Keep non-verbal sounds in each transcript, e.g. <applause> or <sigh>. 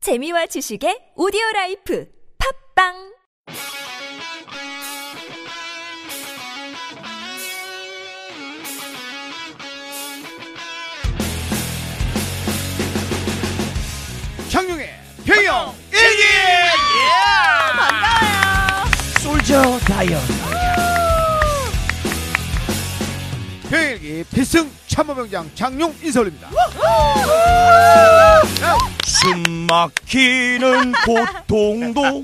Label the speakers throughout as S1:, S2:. S1: 재미와 지식의 오디오 라이프 팝빵
S2: 경영의 경영 일기 솔저 다이언 경영 일기 필승 참모병장 장용 인설입니다.
S3: 숨 막히는 고통도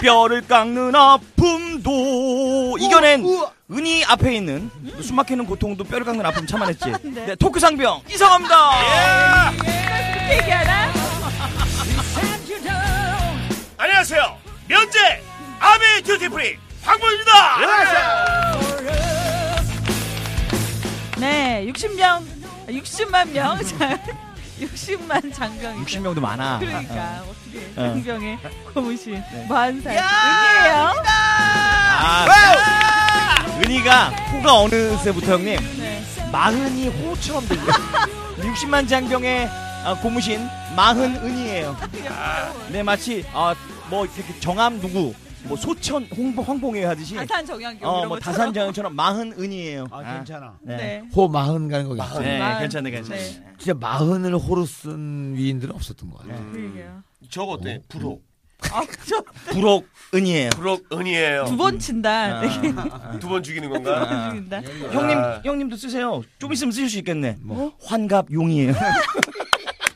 S3: 뼈를 깎는 아픔도 이겨낸
S2: 우와.
S3: 은희 앞에 있는 숨 막히는 고통도 뼈를 깎는 아픔 참아냈지 네, 토크 상병 이상합니다
S4: 안녕하세요. 면제 아미 듀티프리 황보입니다.
S5: 네, 60명, 60만 명, <laughs> 자, 60만 장병.
S3: 60명도 많아 네.
S5: 그러니까 어떻게
S3: 어.
S5: 장병의 고무신 만살 은혜예요.
S3: 아, 네. 은희가 코가 어느새부터 형님
S5: 네.
S3: 마흔이 호처럼 <laughs> 들려 60만 장병의 아, 고무신 마흔 은이에요. 네 마치 아, 뭐 이렇게 정암 누구 뭐 소천 홍보 황봉회 하듯이
S5: 다산 정양교
S3: 어
S5: 이런
S3: 뭐
S5: 것처럼.
S3: 다산장처럼 마흔 은이에요. 아,
S6: 괜찮아.
S3: 네. 네.
S5: 네.
S6: 호 마흔 가는 거겠지
S5: 마흔.
S3: 괜찮네 괜찮네.
S5: 네.
S6: 진짜 마흔을 호로 쓴 위인들은 없었던 것
S3: 음.
S6: 같아.
S5: 그러게요.
S4: 저거 어때? 음. 부록.
S5: 아,
S3: 부록 은이에요.
S4: 부록 은이에요.
S5: 두 번
S3: 아,
S5: 친다. 네, 되게
S4: 두 번 죽이는
S5: 두
S4: 건가?
S5: 번 죽인다.
S3: 예, 형님
S4: 아.
S3: 형님도 쓰세요. 좀 있으면 쓰실 수 있겠네. 뭐? 환갑 용이에요. <laughs>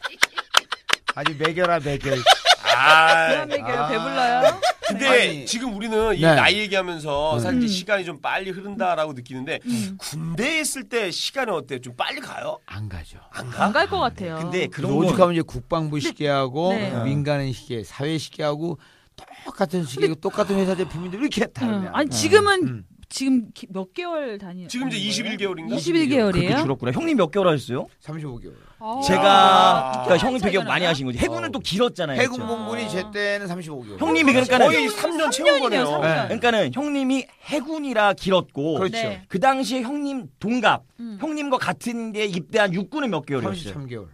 S6: 아주 매겨라 매겨.
S4: 아.
S5: 대한민국에요 배불러요.
S4: 근데
S6: 아니.
S4: 지금 우리는 이
S6: 네.
S4: 나이 얘기하면서 사실 이제
S5: 음.
S4: 시간이 좀 빨리 흐른다라고 느끼는데 군대에 있을 때 시간은 어때? 좀 빨리 가요?
S6: 안 가죠.
S5: 안 갈 것 같아요.
S3: 어, 근데 그런 건
S6: 오죽하면 이제 국방부 시계하고
S5: 네.
S6: 민간인 시계, 사회 시계하고 똑같은 시계고 똑같은 회사 제품인데 왜 이렇게
S5: 응.
S6: 다르냐?
S5: 아니 지금은
S6: 음.
S5: 지금 기- 몇 개월 다니?
S4: 지금 이제 21개월인가?
S5: 21개월이에요?
S3: 그렇게 줄었구나. 어. 형님 몇 개월 하셨어요?
S6: 35개월.
S3: 그러니까
S5: 아.
S3: 제가
S4: 아.
S3: 그러니까 형이 되게
S5: 차이가
S3: 많이
S5: 나나?
S3: 하신 거지. 해군은
S6: 어.
S3: 또 길었잖아요.
S6: 해군
S3: 그렇죠?
S6: 공군이 제 때는 35개월.
S3: 형님이 그러니까는
S4: 거의 3년 채운
S5: 년이네요,
S4: 거네요.
S5: 삼 년.
S3: 그러니까는 형님이 해군이라 길었고
S6: 그렇죠.
S5: 네.
S3: 그 당시에 형님 동갑
S5: 음.
S3: 형님과 같은 게 입대한 육군은 몇 개월이었어요?
S6: 33개월.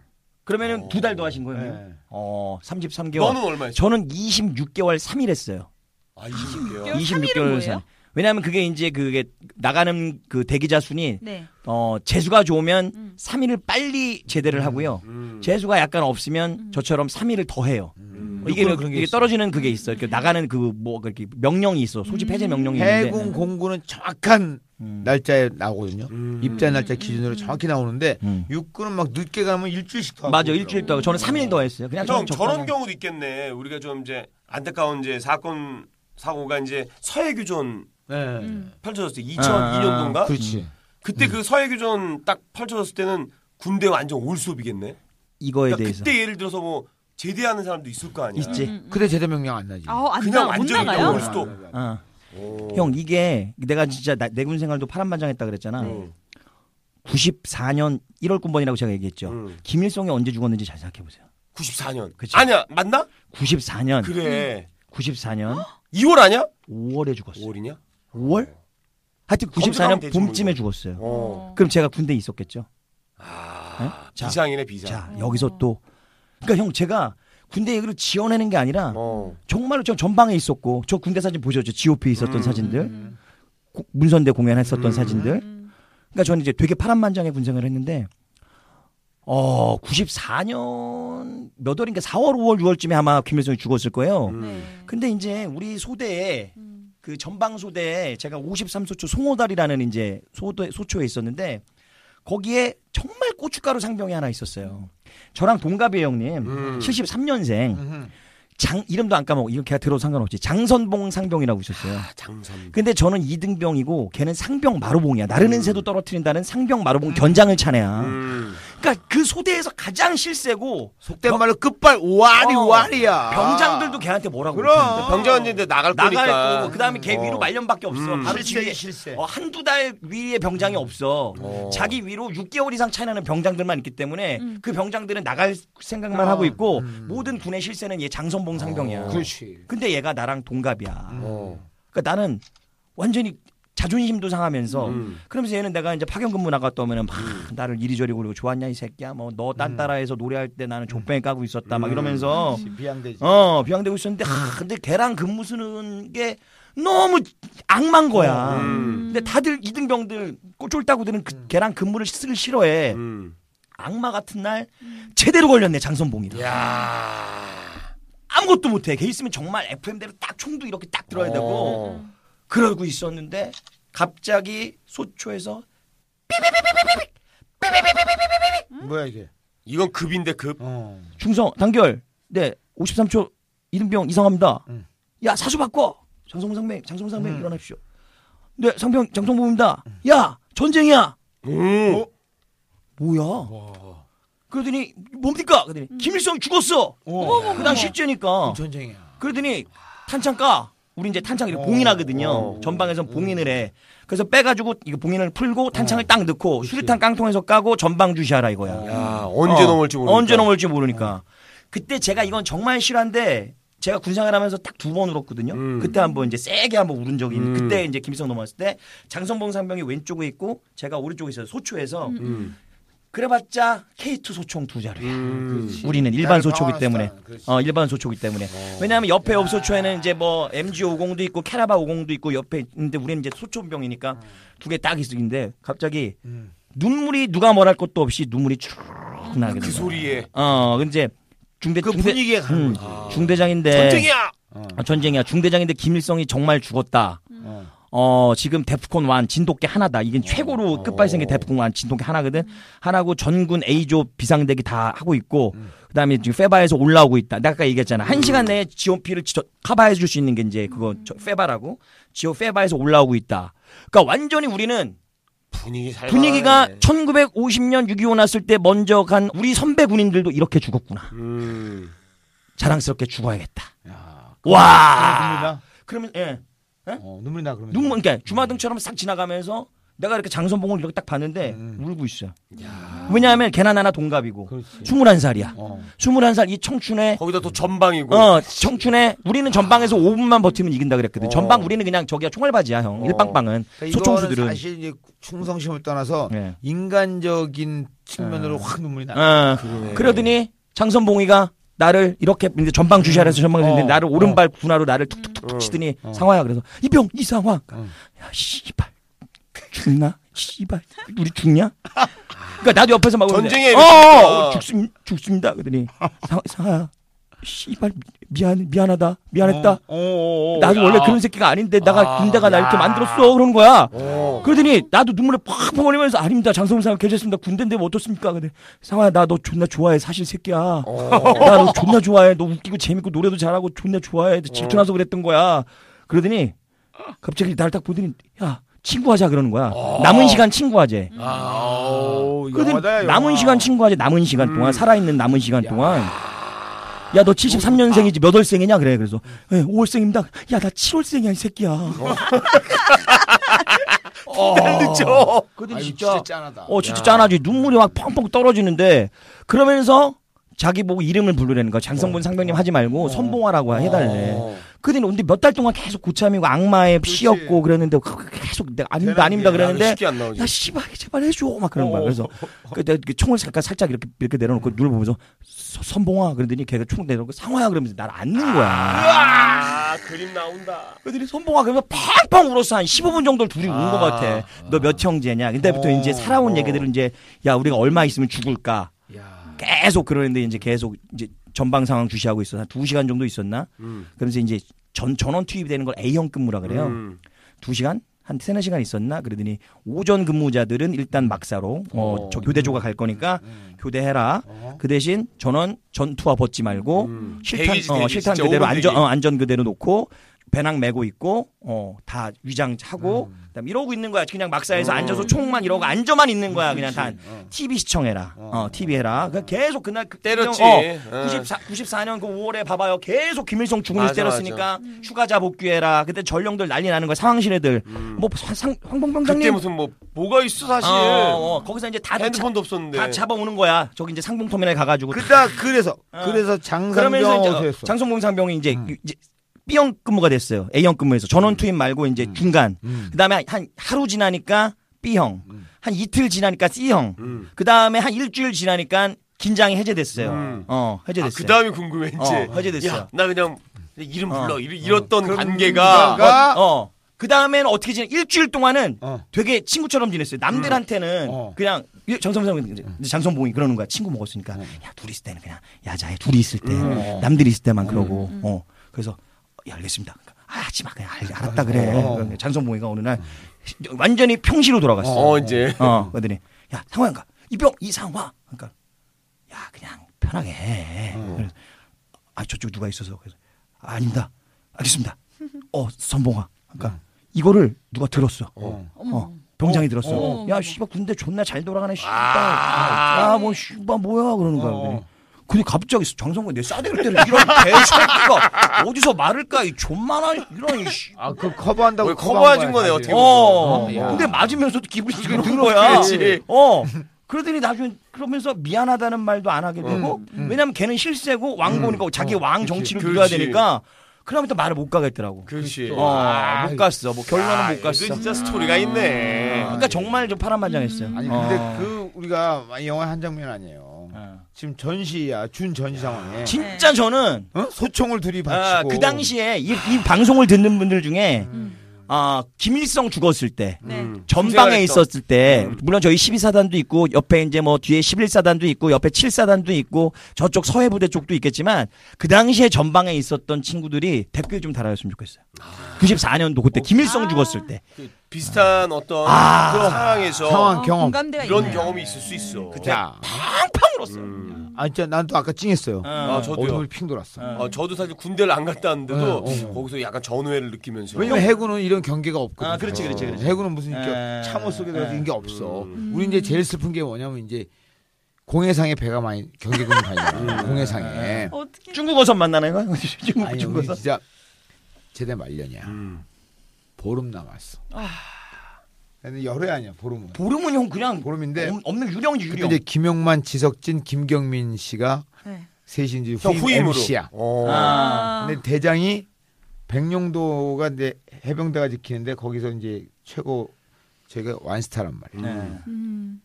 S3: 그러면은 두 달 더 하신 거예요? 형님?
S6: 네.
S3: 어 33개월
S4: 너는 얼마였어?
S3: 저는 26개월 3일 했어요
S4: 아,
S3: 음.
S4: 26개월.
S3: 26개월
S5: 뭐예요?
S3: 왜냐하면 그게 이제 그게 나가는 그 대기자 순이
S5: 네.
S3: 어 재수가 좋으면
S5: 음.
S3: 3일을 빨리 제대를 하고요
S4: 음.
S3: 재수가 약간 없으면
S5: 음.
S3: 저처럼 3일을 더 해요 음. 이게,
S6: 육군은 그런 게
S3: 이게
S6: 있어요.
S3: 떨어지는 그게 있어.
S5: 음.
S3: 이렇게 나가는 그 뭐 그렇게 명령이 있어. 소집 해제 명령이 있는데. 네.
S6: 해군 공군은 정확한
S3: 음.
S6: 날짜에 나오거든요.
S4: 음.
S6: 입대 날짜 기준으로 정확히 나오는데
S3: 음.
S6: 육군은 막 늦게 가면 일주일씩 더 하고
S3: 맞아
S6: 그러더라고요.
S3: 일주일 더. 하고. 저는 3일 더 했어요. 그냥
S4: 형
S3: 좀
S4: 저런
S3: 적당한-
S4: 경우도 있겠네. 우리가 좀 이제 안타까운 이제 사건 사고가 이제 서해교전
S6: 네.
S5: 음.
S4: 펼쳐졌을 때
S3: 아, 음.
S4: 2002년도인가?
S6: 그렇지.
S4: 그때 그 서해교전 딱 펼쳐졌을 때는 군대 완전 올수업이겠네.
S3: 이거에
S4: 그러니까
S3: 대해서
S4: 그때 예를 들어서 뭐 제대하는 사람도 있을 거 아니야.
S3: 있지.
S6: 그때 제대 명령 안 나지.
S5: 아우 안
S4: 그냥
S5: 나, 못
S4: 완전히
S5: 나가요?
S4: 올 수도.
S3: 음,
S5: 음.
S3: 어. 형 이게 내가 진짜 나- 내군 생활도 파란만장했다 그랬잖아.
S4: 네.
S3: 94년 1월 군번이라고 제가 얘기했죠.
S4: 음.
S3: 김일성이 언제 죽었는지 잘 생각해 보세요.
S4: 94년.
S3: 그치.
S4: 아니야 맞나?
S3: 94년,
S4: 그래.
S3: 94년
S4: 2월 아니야?
S3: 5월에 죽었어요.
S4: 5월이냐?
S3: 5월? 하여튼
S4: 검색하면
S3: 94년
S4: 되지, 뭐
S3: 봄쯤에
S4: 이거.
S3: 죽었어요.
S4: 어.
S3: 그럼 제가 군대에 있었겠죠.
S4: 아,
S3: 자.
S4: 비상이네 비상.
S3: 자 여기서 또 그러니까 형 제가 군대 얘기를 지어내는 게 아니라
S4: 어.
S3: 정말로 저 전방에 있었고 저 군대 사진 보셨죠? GOP 있었던 사진들, 고- 문선대 공연했었던 사진들. 그러니까 저는 이제 되게 파란만장의 군생을 했는데 어 94년 몇 월인가 4월 5월 6월쯤에 아마 김일성이 죽었을 거예요.
S5: 네.
S3: 근데 이제 우리 소대에 그 전방 소대에 제가 53소초 송호달이라는 이제 소대 소초에 있었는데 거기에 정말 고춧가루 상병이 하나 있었어요. 저랑 동갑이 형님,
S6: 음.
S3: 73년생. 장 이름도 안 까먹고 이거 걔가 들어도 상관없지. 장선봉 상병이라고 있었어요.
S4: 아, 장선.
S3: 근데 저는 2등병이고 걔는 상병 마로봉이야.
S6: 음.
S3: 나르는 새도 떨어뜨린다는 상병 마로봉 견장을 차네야.
S4: 음.
S3: 그러니까 그 소대에서 가장 실세고
S6: 속된 말로 끝발 오아리
S3: 어,
S6: 오아리야.
S3: 병장들도 걔한테 뭐라고
S6: 그럼.
S3: 못하는데.
S4: 병장은 이제 나갈
S3: 나갈
S4: 거니까.
S3: 거고 그다음에 걔 위로 말년밖에 없어.
S4: 음.
S3: 바로
S6: 실세
S3: 뒤에
S6: 실세.
S3: 어, 한두 달 위에 병장이 없어.
S4: 어.
S3: 자기 위로 6개월 이상 차이 나는 병장들만 있기 때문에
S6: 음.
S3: 그 병장들은 나갈 생각만
S4: 아.
S6: 어.
S3: 하고 있고
S6: 음.
S3: 모든 군의 실세는 얘
S4: 어.
S3: 장선봉 상병이야.
S6: 그렇지.
S4: 음.
S3: 근데 얘가 나랑 동갑이야.
S4: 어.
S3: 그러니까 나는 완전히 자존심도 상하면서
S4: 음.
S3: 그러면서 얘는 내가 이제 파견 근무 나갔다 오면은 막 나를 이리저리 굴리고 좋았냐 이 새끼야 뭐 너
S4: 음.
S3: 딴 따라해서 노래할 때 나는 족뱅이 까고 있었다 막 이러면서
S6: 음. 비양되지.
S3: 어 비양대고 있었는데 하, 근데 걔랑 근무 쓰는 게 너무 악만 거야.
S4: 음.
S3: 근데 다들 이등병들 쫄따구들은 그, 걔랑 근무를 쓰기 싫어해.
S4: 음.
S3: 악마 같은 날 제대로 걸렸네 장선봉이다. 아무것도 못해. 걔 있으면 정말 FM대로 딱 총도 이렇게 딱 들어야 되고
S4: 어.
S3: 그러고 있었는데 갑자기 소초에서
S6: 뭐야 이게?
S4: 이건 급인데 급.
S6: 어.
S3: 중성 단결 네 53초 이등병 이상합니다.
S6: 음.
S3: 야 사수 바꿔 장성봉 상병 장성봉 상병 일어나십시오. 네 상병 장성봉입니다. 야 전쟁이야.
S4: 음.
S3: 어? 뭐야? 그러더니 뭡니까? 그러더니 김일성 죽었어. 그 당시 실제니까.
S6: 전쟁이야.
S3: 그러더니 탄창 까. 우리 이제 탄창 이렇게 봉인하거든요. 전방에선 봉인을 해. 그래서 빼가지고 이거 봉인을 풀고 탄창을 딱 넣고 수류탄 깡통에서 까고 전방 주시하라 어. 이거야.
S4: 야 언제
S3: 어,
S4: 넘을지 모르니까.
S3: 언제 넘을지 모르니까. 그때 제가 이건 정말 실한데 제가 군생활 하면서 딱 두 번 울었거든요.
S4: 음.
S3: 그때 한번 이제 세게 한번 울은 적이 있는데
S4: 음.
S3: 그때 이제 김일성 넘어왔을 때 장성봉 상병이 왼쪽에 있고 제가 오른쪽에 있어요. 소초에서
S4: 음.
S3: 그래봤자 K2 소총 두 자루야.
S4: 음.
S3: 우리는 일반
S6: 나를
S3: 소초기
S6: 방황하시다.
S3: 때문에
S6: 그렇지.
S3: 어 일반 소초기 때문에 왜냐하면 옆에 옆 소초에는 이제 뭐 MG 50도 있고 캐라바 50도 있고 옆에 있는데 우리는 이제 소초병이니까
S6: 음.
S3: 두 개 딱 있는데 갑자기 눈물이 누가 뭐랄 것도 없이 눈물이 쭉 나게
S4: 그
S3: 된 거야.
S4: 소리에
S3: 어 근데 이제 중대
S6: 그
S3: 중대-
S6: 분위기에 가는
S3: 음,
S6: 거지.
S3: 중대장인데
S4: 전쟁이야.
S3: 아, 전쟁이야 중대장인데 김일성이 정말 죽었다.
S6: 어.
S3: 어 지금 데프콘 완 진돗개 하나다.
S4: 어.
S3: 이건 최고로 끝발생이 데프콘 완 진돗개 하나거든. 하나고 전군 A조 비상대기 다 하고 있고 그다음에 지금 페바에서 올라오고 있다. 내가 아까 얘기했잖아.
S4: 음.
S3: 한 시간 내에 지오피를 지- 저- 커버해 줄 수 있는 게 이제 그거 저, 페바라고 지오 페바에서 올라오고 있다. 그러니까 완전히 우리는
S4: 분위기 살.
S3: 분위기가 1950년 6.25 났을 때 먼저 간 우리 선배 군인들도 이렇게 죽었구나.
S4: 음.
S3: 자랑스럽게 죽어야겠다.
S6: 아,
S3: 와.
S6: 나?
S3: 그러면 예.
S6: 어, 눈물이 나 그러면.
S3: 아. 눈물 그러니까 주마등처럼 싹 지나가면서 내가 이렇게 장선봉을 이렇게 딱 봤는데 울고 있어요. 왜냐하면 걔나 하나 동갑이고
S6: 음. 그렇지.
S3: 21살이야.
S6: 어.
S3: 21살 이 청춘에
S4: 거기다 또 전방이고.
S3: 어, 청춘에 우리는 전방에서 5분만 버티면 이긴다 그랬거든. 전방 우리는 그냥 저기야 총알바지야, 형. 일방방은
S6: 어. 그러니까
S3: 소총수들은
S6: 이거는 사실 이제 충성심을 떠나서
S3: 예.
S6: 인간적인 측면으로 확 눈물이 나.
S3: 어,
S4: 예.
S3: 그러더니 장선봉이가 나를 이렇게 이제 전방 주시하라
S4: 음.
S3: 해서 전방을 했는데
S6: 어,
S3: 나를 오른발 군화로 나를 툭툭툭툭 치더니
S4: 어.
S3: 상화야 그래서 이병 이상화
S6: 음.
S3: 야 씨발 죽나 씨발 우리 죽냐 그러니까 나도 옆에서 막 그러는데,
S4: 전쟁에
S3: 어, 어,
S4: 미쳤다.
S3: 죽습, 죽습니다 그러더니 상- 상화야 씨발 미안 미안하다 미안했다
S6: 어, 어, 어, 어.
S3: 나는 원래 그런 새끼가 아닌데 나가 군대가 나 이렇게 만들었어 그런 거야. 그러더니 나도 눈물을 팍팍 흘리면서 아닙니다 장성훈 사람 괜찮습니다 군대인데 뭐 어떻습니까? 근데 상화야 나 너 존나 좋아해 사실 새끼야. 나 너 존나 좋아해 너 웃기고 재밌고 노래도 잘하고 존나 좋아해 질투나서 그랬던 거야. 그러더니 갑자기 나를 딱 보더니 야 친구하자 그러는 거야. 남은 시간 친구하재.
S2: 아,
S4: 어,
S6: 아우,
S3: 그러더니
S6: 영화다, 영화.
S3: 남은 시간 친구하재 남은 시간 동안 살아있는 남은 시간 동안. 야 너 73년생이지 몇 월생이냐 그래 그래서 예, 5월생입니다 야 나 7월생이야 이 새끼야
S4: 늦죠.
S6: 아유,
S3: 그들이
S6: 진짜 짠하다.
S3: 어 진짜 짠하지 눈물이 막 펑펑 떨어지는데 그러면서 자기 보고 이름을 부르라는 거야 장성분 상병님 하지 말고 선봉화라고 해달래
S4: 어.
S3: 그들이 근데 몇 달 동안 계속 고참이고 악마에 씌었고 그랬는데 그- 계속 내가 아닙니다 아닙니다 그랬는데
S4: 쉽게 안 나오지.
S3: 야 씨발 제발 해줘 막 그런 거야 그래서 그때 총을 잠깐 살짝 이렇게 이렇게 내려놓고 눈을 보면서 서- 선봉화 그러더니 걔가 총 내려놓고 상화야 그러면서 날 안는 거야
S4: 아 그림 나온다.
S3: 애들이 선봉아 그러면서 팡팡 울었어 한 15분 정도를 둘이 운 것 같아. 너 몇 형제냐? 그때부터 이제 살아온 얘기들은 이제 야 우리가 얼마 있으면 죽을까? 계속 그러는데 이제 계속 이제 전방 상황 주시하고 있어 한 두 시간 정도 있었나? 그러면서 이제 전 전원 투입되는 걸 A형 근무라 그래요.
S4: 음.
S3: 두 시간 한 세네 시간 있었나? 그러더니 오전 근무자들은 일단 막사로 어, 저 교대조가 갈 거니까 교대해라. 그 대신 전원 전투화 벗지 말고 실탄
S4: 음. 대기지,
S3: 어,
S4: 대기지.
S3: 실탄
S4: 진짜
S3: 그대로
S4: 오분
S3: 안전
S4: 대기.
S3: 어, 안전 그대로 놓고 배낭 메고 있고 어, 다 위장하고 그다음 이러고 있는 거야. 그냥 막사에서
S4: 어.
S3: 앉아서 총만 이러고 앉아만 있는 거야. 그냥 다 TV 시청해라. 어, TV 해라. 그러니까 계속 그날 그-
S4: 때렸지.
S3: 어,
S4: 어.
S3: 94, 94년 그 5월에 봐봐요. 계속 김일성 죽은 일
S4: 맞아,
S3: 때렸으니까 휴가자 복귀해라. 그때 전령들 난리 나는 거야. 상황실 애들. 뭐 상,
S4: 음. 그때
S3: 황봉병장님
S4: 무슨 뭐 뭐가 있어 사실.
S3: 어, 어, 어. 거기서 이제 다,
S4: 핸드폰도 없었는데.
S3: 다 잡아오는 거야. 저기 이제 상봉 터미널 가가지고
S6: 그다 그래서 그래서 장상병
S3: 어. 그러면서
S6: 어디서
S3: 이제
S6: 했어?
S3: 장성봉 상병이 이제, 이제 B형 근무가 됐어요. A형 근무에서 전원 투입 말고 이제 중간. 그다음에 한 하루 지나니까 B형, 한 이틀 지나니까 C형,
S4: 음.
S3: 그다음에 한 일주일 지나니까 긴장이 해제됐어요.
S4: 음.
S3: 어,
S4: 아,
S3: 해제됐어요.
S4: 그 다음이 궁금해 이제.
S3: 어, 허재됐어.
S4: 야, 나 그냥 이름
S3: 어.
S4: 불러. 이런- 이렇던
S2: 그런
S4: 관계가
S2: 관계가- 아.
S3: 어. 그 다음에는 어떻게 지내? 일주일 동안은
S2: 어.
S3: 되게 친구처럼 지냈어요. 남들한테는
S2: 어.
S3: 그냥 정성성 장성봉이 그러는 거야. 친구 먹었으니까 야 둘이 있을 때는 그냥 야자해 둘이 있을 때 남들이 있을 때만 그러고 어 그래서 예 알겠습니다. 그러니까, 아, 하지 마 그냥 알, 알았다 그래. 그러니까 장성봉이가 어느 날 완전히 평시로 돌아갔어.
S4: 어, 이제.
S3: <laughs> 어 그러더니 야 상황가 이병 이상화 그러니까 야 그냥 편하게 해. 그래서, 아 저쪽 누가 있어서 그래서 아, 아닙니다. 알겠습니다. 어 선봉아 그러니까 이거를 누가 들었어. 어. 병장이 들었어.
S5: 어머.
S3: 야 씨발 군대 존나 잘 돌아가네 어. 씨발. 야뭐 씨발 뭐야 그러는 거야. 그러더니. 근데 갑자기 장성근 내 싸대기를 때려 이런 <laughs> 개새끼가 어디서 말을까 이 존만한 이런 이 씨.
S2: 아, 그 커버한다고
S4: 왜
S2: 커버한
S4: 커버해준 거네,
S2: 사실.
S4: 어떻게 보면.
S3: 어.
S6: 야.
S3: 근데 맞으면서도 기분이 드는 거야.
S4: 그렇지.
S3: 어. 그러더니 나중에 그러면서 미안하다는 말도 안 하게 되고
S4: 음,
S3: 왜냐면 걔는 실세고 왕보니까 자기 왕 정치를
S4: 어, 그렇지.
S3: 누려야 되니까 그러면 또 말을 못 가겠더라고.
S4: 그렇지.
S3: 어, 못 갔어. 뭐 결론은
S4: 아,
S3: 못 갔어.
S4: 이거 진짜 아, 스토리가 있네.
S3: 그러니까 정말 좀 파란만장했어요. 예.
S2: 아니 근데 그 우리가 영화 한 장면 아니에요. 지금 전시야 준 전시
S4: 그
S2: 상황에
S3: 진짜
S4: 네.
S3: 저는
S2: 어? 소총을 둘이
S3: 아,
S2: 받치고
S3: 그 당시에 이, 이 방송을 듣는 분들 중에 아 김일성 죽었을 때
S5: 네.
S3: 전방에 있었을 때 물론 저희 12사단도 있고 옆에 이제 뭐 뒤에 11사단도 있고 옆에 7사단도 있고 저쪽 서해부대 쪽도 있겠지만 그 당시에 전방에 있었던 친구들이 댓글 좀 달아줬으면 어. 아. 좋겠어요. 94년도 그때 김일성 죽었을 때
S4: 그 비슷한 어떤
S3: 아.
S4: 그런 상황에서
S2: 상황 경험.
S5: 어, 공감대가
S4: 이런
S5: 있네요.
S4: 경험이 있을 수 있어.
S2: 야,
S3: 팡팡 울었어요.
S2: 아 진짜 난 또 아까 찡했어요.
S4: 음. 아, 저도요.
S2: 어둠을 핑 돌았어.
S4: 아, 저도 사실 군대를 안 갔다 왔는데도
S2: 네, 어.
S4: 거기서 약간 전후회를 느끼면서.
S2: 왜냐면 해군은 이런 경계가 없거든.
S3: 아, 그렇지, 그렇지, 그렇지.
S2: 해군은 무슨 이렇게
S3: 에.
S2: 참호 속에 들어서 이런 게 없어.
S4: 음.
S2: 우리 이제 제일 슬픈 게 뭐냐면 이제 공해상에 배가 많이 경계군 가냐. 공해상에.
S5: 어떻게
S3: 중국 어선 만나는 거야? <laughs> 중국
S2: 아니
S3: 중국
S2: 우리
S3: 어선.
S2: 진짜 제대 말년이야.
S4: 음.
S2: 보름 남았어.
S5: 아.
S2: 근데 열흘 아니야 보름은.
S3: 보름은 형 그냥
S2: 보름인데
S3: 없- 없는 유령이지
S2: 그때
S3: 유령.
S2: 이제 김영만, 지석진, 김경민 씨가
S5: 네.
S2: 셋이 이제
S4: 형
S2: 후임
S4: 후임으로.
S2: MC야.
S4: 어.
S5: 아.
S2: 근데 대장이 백령도가 이제 해병대가 지키는데 거기서 이제 최고 저희가 완스타란 말이야.
S3: 네.
S5: 음.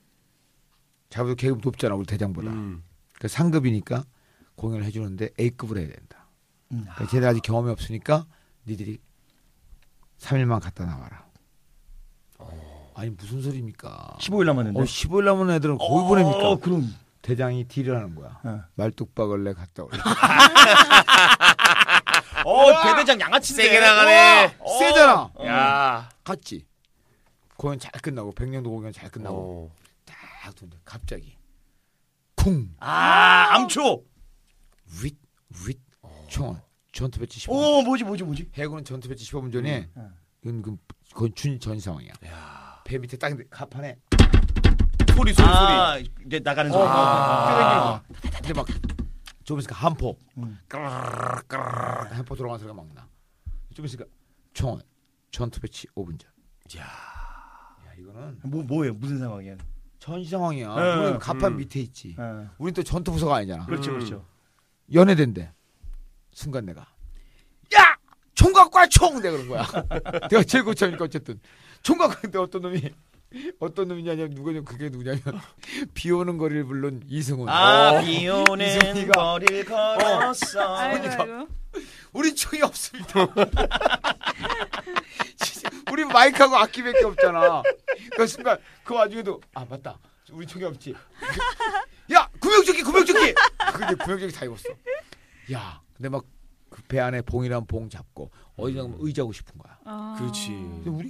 S2: 자기도 계급 높잖아 우리 대장보다.
S4: 음.
S2: 그 상급이니까 공연을 해주는데 A급을 해야 된다.
S3: 음.
S2: 그러니까 쟤들 아직 경험이 없으니까 니들이 3일만 갔다 나와라. 아니 무슨 소리입니까?
S3: 어. 15일 남았는데.
S2: 어, 15일 남은 애들은 거기
S3: 어,
S2: 보냅니까?
S3: 그럼
S2: 대장이 딜을 하는 거야.
S3: 어.
S2: 말뚝박을래 갔다
S3: <laughs>
S2: 올래.
S3: 어, 대대장 양아치인데.
S4: 세게 나가네.
S2: 어, 세잖아.
S4: 야.
S2: 갔지. 공연 잘 끝나고 백령도 공연 잘 끝나고
S4: 어.
S2: 딱 돈데 갑자기 쿵
S3: 아, 암초.
S2: 윗, 윗,
S3: 어.
S2: 총알, 전투 배치 15분.
S3: 오, 뭐지, 뭐지, 뭐지?
S2: 해군은 전투 배치 15분 전에
S3: 음.
S2: 이건 그 그건 준 전시 상황이야. 배 밑에 딱 있는데 가판에
S4: 소리 소리
S3: 아, 이제 나가는 소리.
S2: 아~ 근데 막 조금 있으니까 한포 까르르 까르르 한포 들어간 소리가 막 나. 조금 있으니까 총알, 전투 배치 5분 전. 야, 이거는
S3: 뭐 뭐예요? 무슨 상황이야?
S2: 전시 상황이야.
S3: 네.
S2: 우리는 가판
S4: 음.
S2: 밑에 있지.
S3: 어.
S2: 우린 또 전투 부서가 아니잖아.
S3: 그렇죠,
S4: 음.
S3: 그렇죠.
S2: 연애된대. 순간 내가 야 총각과 총 내가 그런 거야. <laughs> 내가 제일 고참이니까 어쨌든 총각인데 어떤 놈이 어떤 놈이냐면 누구냐 그게 누구냐면 <laughs> 비 오는 거리를 물론 이승훈.
S3: 아,
S2: 어.
S3: 비 오는
S2: 이승기가.
S3: 거리를 걸었어.
S5: 아이고 아이고.
S2: 우리 총이 없습니다. <laughs> 진짜 우리 마이크하고 악기밖에 없잖아. 그 순간 그 와중에도 아 맞다. 우리 총이 없지. 야 구명조끼 구명조끼. 근데 구명조끼 다 입었어. 야 근데 막 그 배 안에 봉이란 봉 잡고 어디서 의지하고 싶은 거야.
S5: 음. 아.
S4: 그렇지.
S2: 근데 우리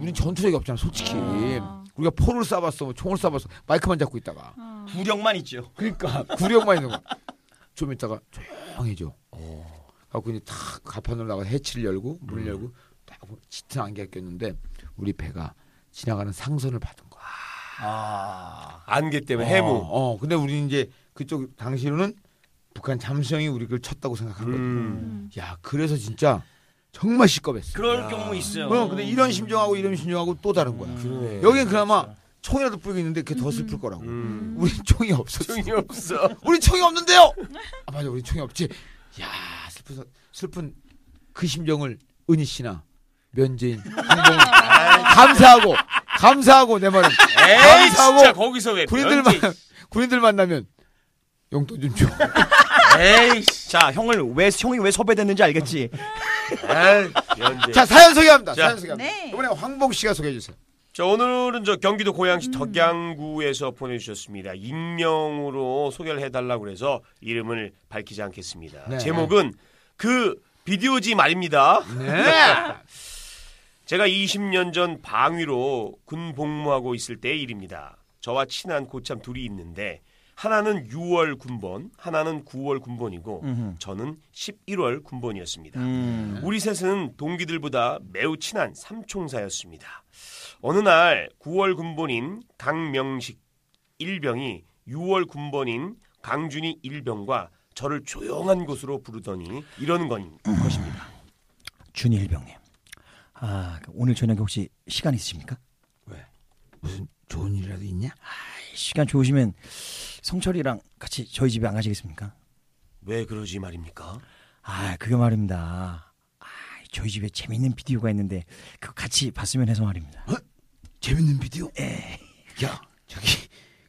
S2: 우리 전투력이 없잖아 솔직히.
S5: 아.
S2: 우리가 포를 쏴봤어, 뭐 총을 쏴봤어, 마이크만 잡고 있다가.
S3: 구령만 있죠.
S2: 그러니까 구력만 있는 거. 좀 있다가 조용해져.
S4: 어.
S2: 갖고 이제 탁 가판으로 나가 서 해치를 열고 문을
S4: 음.
S2: 열고 딱 보면 짙은 안개가 꼈는데 우리 배가 지나가는 상선을 받은 거야.
S4: 안개 때문에 해무.
S2: 어, 어. 근데 우리 이제 그쪽 당시로는 북한 잠수정이 우리 그걸 쳤다고 생각한 거지.
S4: 음.
S2: 야, 그래서 진짜 정말 시겁했어.
S3: 그럴 경우 있어요.
S2: 어, 근데 이런 심정하고 이런 심정하고 또 다른 거야.
S4: 음. 그러네.
S2: 여긴 그나마 총이라도 뿌리고 있는데 그게 더 슬플 거라고.
S4: 음.
S2: 우리 총이 없었어.
S4: 중이 없어.
S2: 우리 총이 없는데요. 아 맞아, 우리 총이 없지. 야 슬픈 슬픈 그 심정을 은희 씨나 면재인 한동훈 감사하고 감사하고 내 말은
S7: 에이 진짜
S2: 감사하고
S7: 거기서 왜
S2: 군인들 만
S7: 면제-
S2: 군인들 만나면 용돈 좀 줘.
S7: 에이 씨.
S3: 자 형을 왜 형이 왜 섭외됐는지 알겠지. <laughs>
S2: 아,
S4: 에이,
S6: 네.
S4: 면제.
S2: 자 사연 소개합니다.
S4: 자.
S2: 사연 소개합니다.
S5: 네.
S2: 이번에 황봉 씨가 소개해 주세요.
S4: 자, 오늘은 저 경기도 고양시 덕양구에서 보내주셨습니다. 익명으로 소개를 해달라고 그래서 이름을 밝히지 않겠습니다.
S2: 네.
S4: 제목은 그 비디오지 말입니다.
S2: <laughs> 네.
S4: 제가 20년 전 방위로 군 복무하고 있을 때의 일입니다. 저와 친한 고참 둘이 있는데 하나는 6월 군번, 하나는 9월 군번이고 저는 11월 군번이었습니다. 우리 셋은 동기들보다 매우 친한 삼총사였습니다. 어느 날 9월 군번인 강명식 일병이 6월 군번인 강준희 일병과 저를 조용한 곳으로 부르더니 이런 건 것입니다.
S3: 준일병님. 아 오늘 저녁에 혹시 시간 있으십니까?
S6: 좋은 일이라도 있냐?
S3: 시간 좋으시면 성철이랑 같이 저희 집에 안 가시겠습니까?
S4: 왜 그러지 말입니까?
S3: 아 그게 말입니다. 아, 저희 집에 재밌는 비디오가 있는데 그거 같이 봤으면 해서 말입니다.
S6: 재밌는 비디오? 야, 저기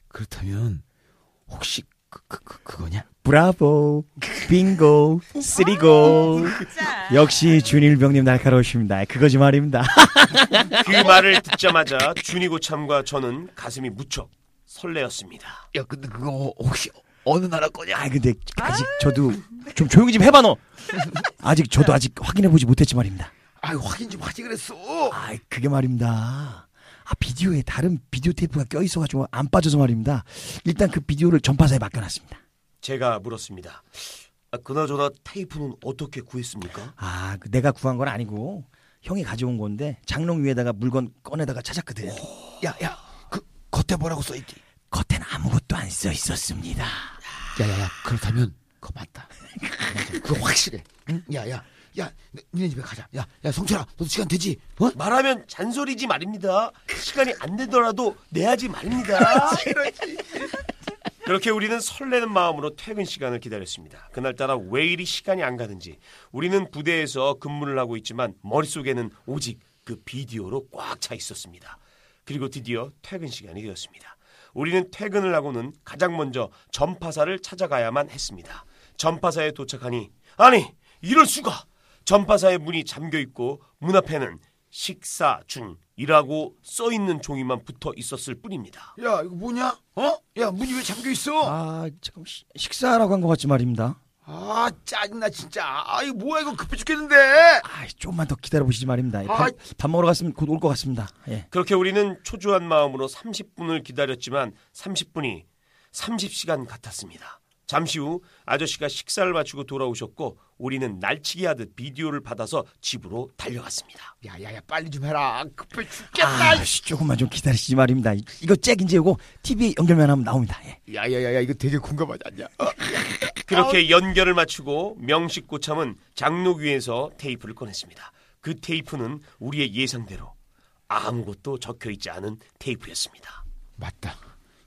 S6: 그렇다면 혹시 그, 그, 그 그거냐?
S3: 브라보, 빙고, 쓰리고.
S5: 진짜.
S3: 역시 준일병님 날카로우십니다. 그거지 말입니다.
S4: 그 말을 듣자마자 준이고 참과 저는 가슴이 무척 설레었습니다.
S6: 야, 근데 그거 혹시 어느 나라 거냐?
S3: 아 근데 아직 저도 좀 조용히 좀 해봐 너. 아직 저도 아직 확인해 보지 못했지 말입니다.
S6: 아, 확인 좀 하지 그랬어.
S3: 아 그게 말입니다. 아 비디오에 다른 비디오 테이프가 껴 있어가지고 안 빠져서 말입니다. 일단 그 비디오를 전파사에 맡겨놨습니다.
S4: 제가 물었습니다. 아, 그나저나 테이프는 어떻게 구했습니까?
S3: 아그 내가 구한 건 아니고 형이 가져온 건데 장롱 위에다가 물건 꺼내다가 찾았거든.
S6: 야, 야, 그 겉에 뭐라고 써 있지?
S3: 겉엔 아무것도 안 써 있었습니다.
S6: 야, 야, 야, 그렇다면 그거
S2: <laughs>
S6: 맞다. 맞아, 그거 확실해. 응? 야, 야, 야, 너- 니네 집에 가자. 야, 야, 성철아, 너도 시간 되지? 어?
S4: 말하면 잔소리지 말입니다. 시간이 안 되더라도 내야지 말입니다. 그렇게 우리는 설레는 마음으로 퇴근 시간을 기다렸습니다. 그날따라 왜 이리 시간이 안 가는지 우리는 부대에서 근무를 하고 있지만 머릿속에는 오직 그 비디오로 꽉 차 있었습니다. 그리고 드디어 퇴근 시간이 되었습니다. 우리는 퇴근을 하고는 가장 먼저 전파사를 찾아가야만 했습니다. 전파사에 도착하니 아니 이럴 수가 전파사의 문이 잠겨 있고 문 앞에는 식사 중이라고 써 있는 종이만 붙어 있었을 뿐입니다.
S2: 야 이거 뭐냐? 어? 야 문이 왜 잠겨 있어?
S3: 아 잠깐 시- 식사라고 한 것 같지 말입니다.
S2: 아 짜증나 진짜. 아 이거 뭐야 이거 급해 죽겠는데.
S3: 아 좀만 더 기다려 보시지 말입니다. 예, 밥, 밥 먹으러 갔으면 곧 올 것 같습니다. 예.
S4: 그렇게 우리는 초조한 마음으로 30분을 기다렸지만 30분이 30시간 같았습니다. 잠시 후 아저씨가 식사를 마치고 돌아오셨고 우리는 날치기 하듯 비디오를 받아서 집으로 달려갔습니다.
S2: 야 야 야 빨리 좀 해라. 급해 죽겠다.
S3: 아, 씨, 조금만 좀 기다리시지 말입니다. 이- 이거 잭인지 이거 TV에 연결만 하면 나옵니다. 예.
S2: 야야야야 이거 되게 공감하지 않냐? 어?
S4: 그렇게 연결을 마치고 명식 고참은 장록 위에서 테이프를 꺼냈습니다. 그 테이프는 우리의 예상대로 아무것도 적혀 있지 않은 테이프였습니다.
S2: 맞다.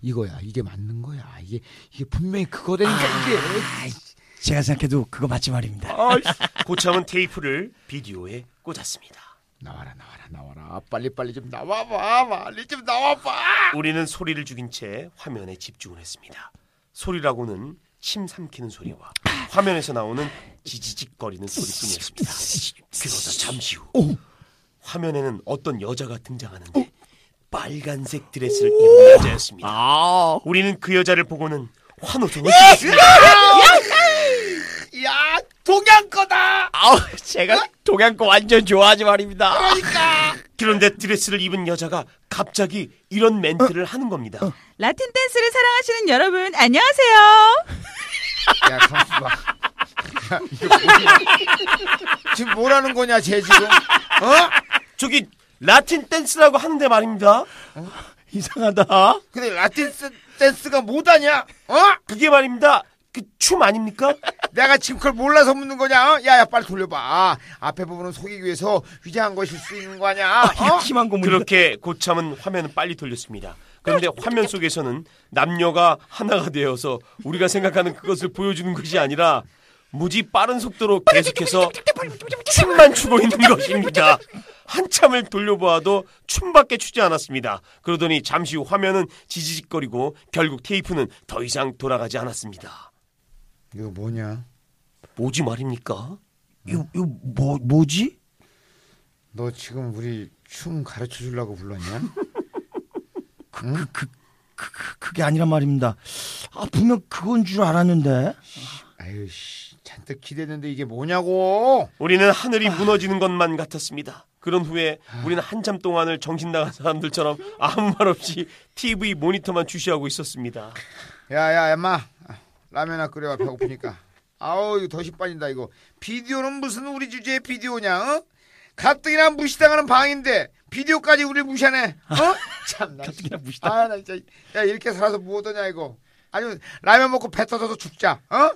S2: 이거야 이게 맞는 거야. 이게 이게 분명히 그거라니까 이게.
S3: 제가 생각해도 그거 맞지 말입니다.
S4: <laughs> 고참은 테이프를 비디오에 꽂았습니다.
S2: 나와라 나와라 나와라 빨리 빨리 좀 나와봐 빨리 좀 나와봐.
S4: 우리는 소리를 죽인 채 화면에 집중을 했습니다. 소리라고는 침 삼키는 소리와 화면에서 나오는 지지직거리는 소리뿐이었습니다. 그러다 잠시 후 화면에는 어떤 여자가 등장하는데 빨간색 드레스를 입은 여자였습니다. 우리는 그 여자를 보고는 환호성을
S3: 예!
S4: 지르습니다
S2: 야 동양 거다.
S3: 아우, 제가 동양 거 완전 <laughs> 좋아하지 말입니다.
S2: 그러니까.
S4: 그런데 드레스를 입은 여자가 갑자기 이런 멘트를 하는 겁니다.
S5: 라틴 댄스를 사랑하시는 여러분 안녕하세요.
S2: 야 가만있어 봐. 야, 이거 뭐야? 지금 뭐라는 거냐 쟤 지금? 어?
S4: 저기 라틴 댄스라고 하는데 말입니다.
S3: 이상하다.
S2: 근데 라틴 스- 댄스가 뭐다냐? 어?
S4: 그게 말입니다. 그 춤
S3: <laughs>
S4: 아닙니까?
S2: 내가 지금 그걸 몰라서 묻는 거냐? 어? 야야 빨리 돌려봐. 앞에 부분은 속이기 위해서 위장한 것일 수 있는 거 아니야? 어?
S3: 희망 고문.
S4: 그렇게 고참은 화면을 빨리 돌렸습니다. 그런데 화면 속에서는 남녀가 하나가 되어서 우리가 생각하는 그것을 보여주는 것이 아니라 무지 빠른 속도로 계속해서 춤만 추고 있는 것입니다. 한참을 돌려보아도 춤밖에 추지 않았습니다. 그러더니 잠시 후 화면은 지지직거리고 결국 테이프는 더 이상 돌아가지 않았습니다.
S2: 이거 뭐냐?
S4: 뭐지 말입니까?
S8: 이거, 이거 뭐, 뭐지?
S2: 너 지금 우리 춤 가르쳐 주려고 불렀냐?
S8: 그, 그, 그, 그, 그게 아니란 말입니다. 아, 분명 그건 줄
S3: <laughs>
S8: 알았는데.
S2: 아유 씨 잔뜩 기대했는데 이게 뭐냐고.
S4: 우리는 하늘이 무너지는 것만 같았습니다. 그런 후에 우리는 한참 동안을 정신 나간 사람들처럼 아무 말 없이 TV 모니터만 주시하고 있었습니다.
S2: 야야 엠마 아, 라면이나 끓여와 배고프니까. 아우 이거 더시 빠진다 이거. 비디오는 무슨 우리 주제의 비디오냐? 어? 가뜩이나 무시당하는 방인데 비디오까지 우리 무시하네. 어? <laughs> 참나. 가뜩이나 무시당. 아나 진짜 야 이렇게 살아서 뭐 어떠냐 이거. 아니면 라면 먹고 배 터져서 죽자. 어?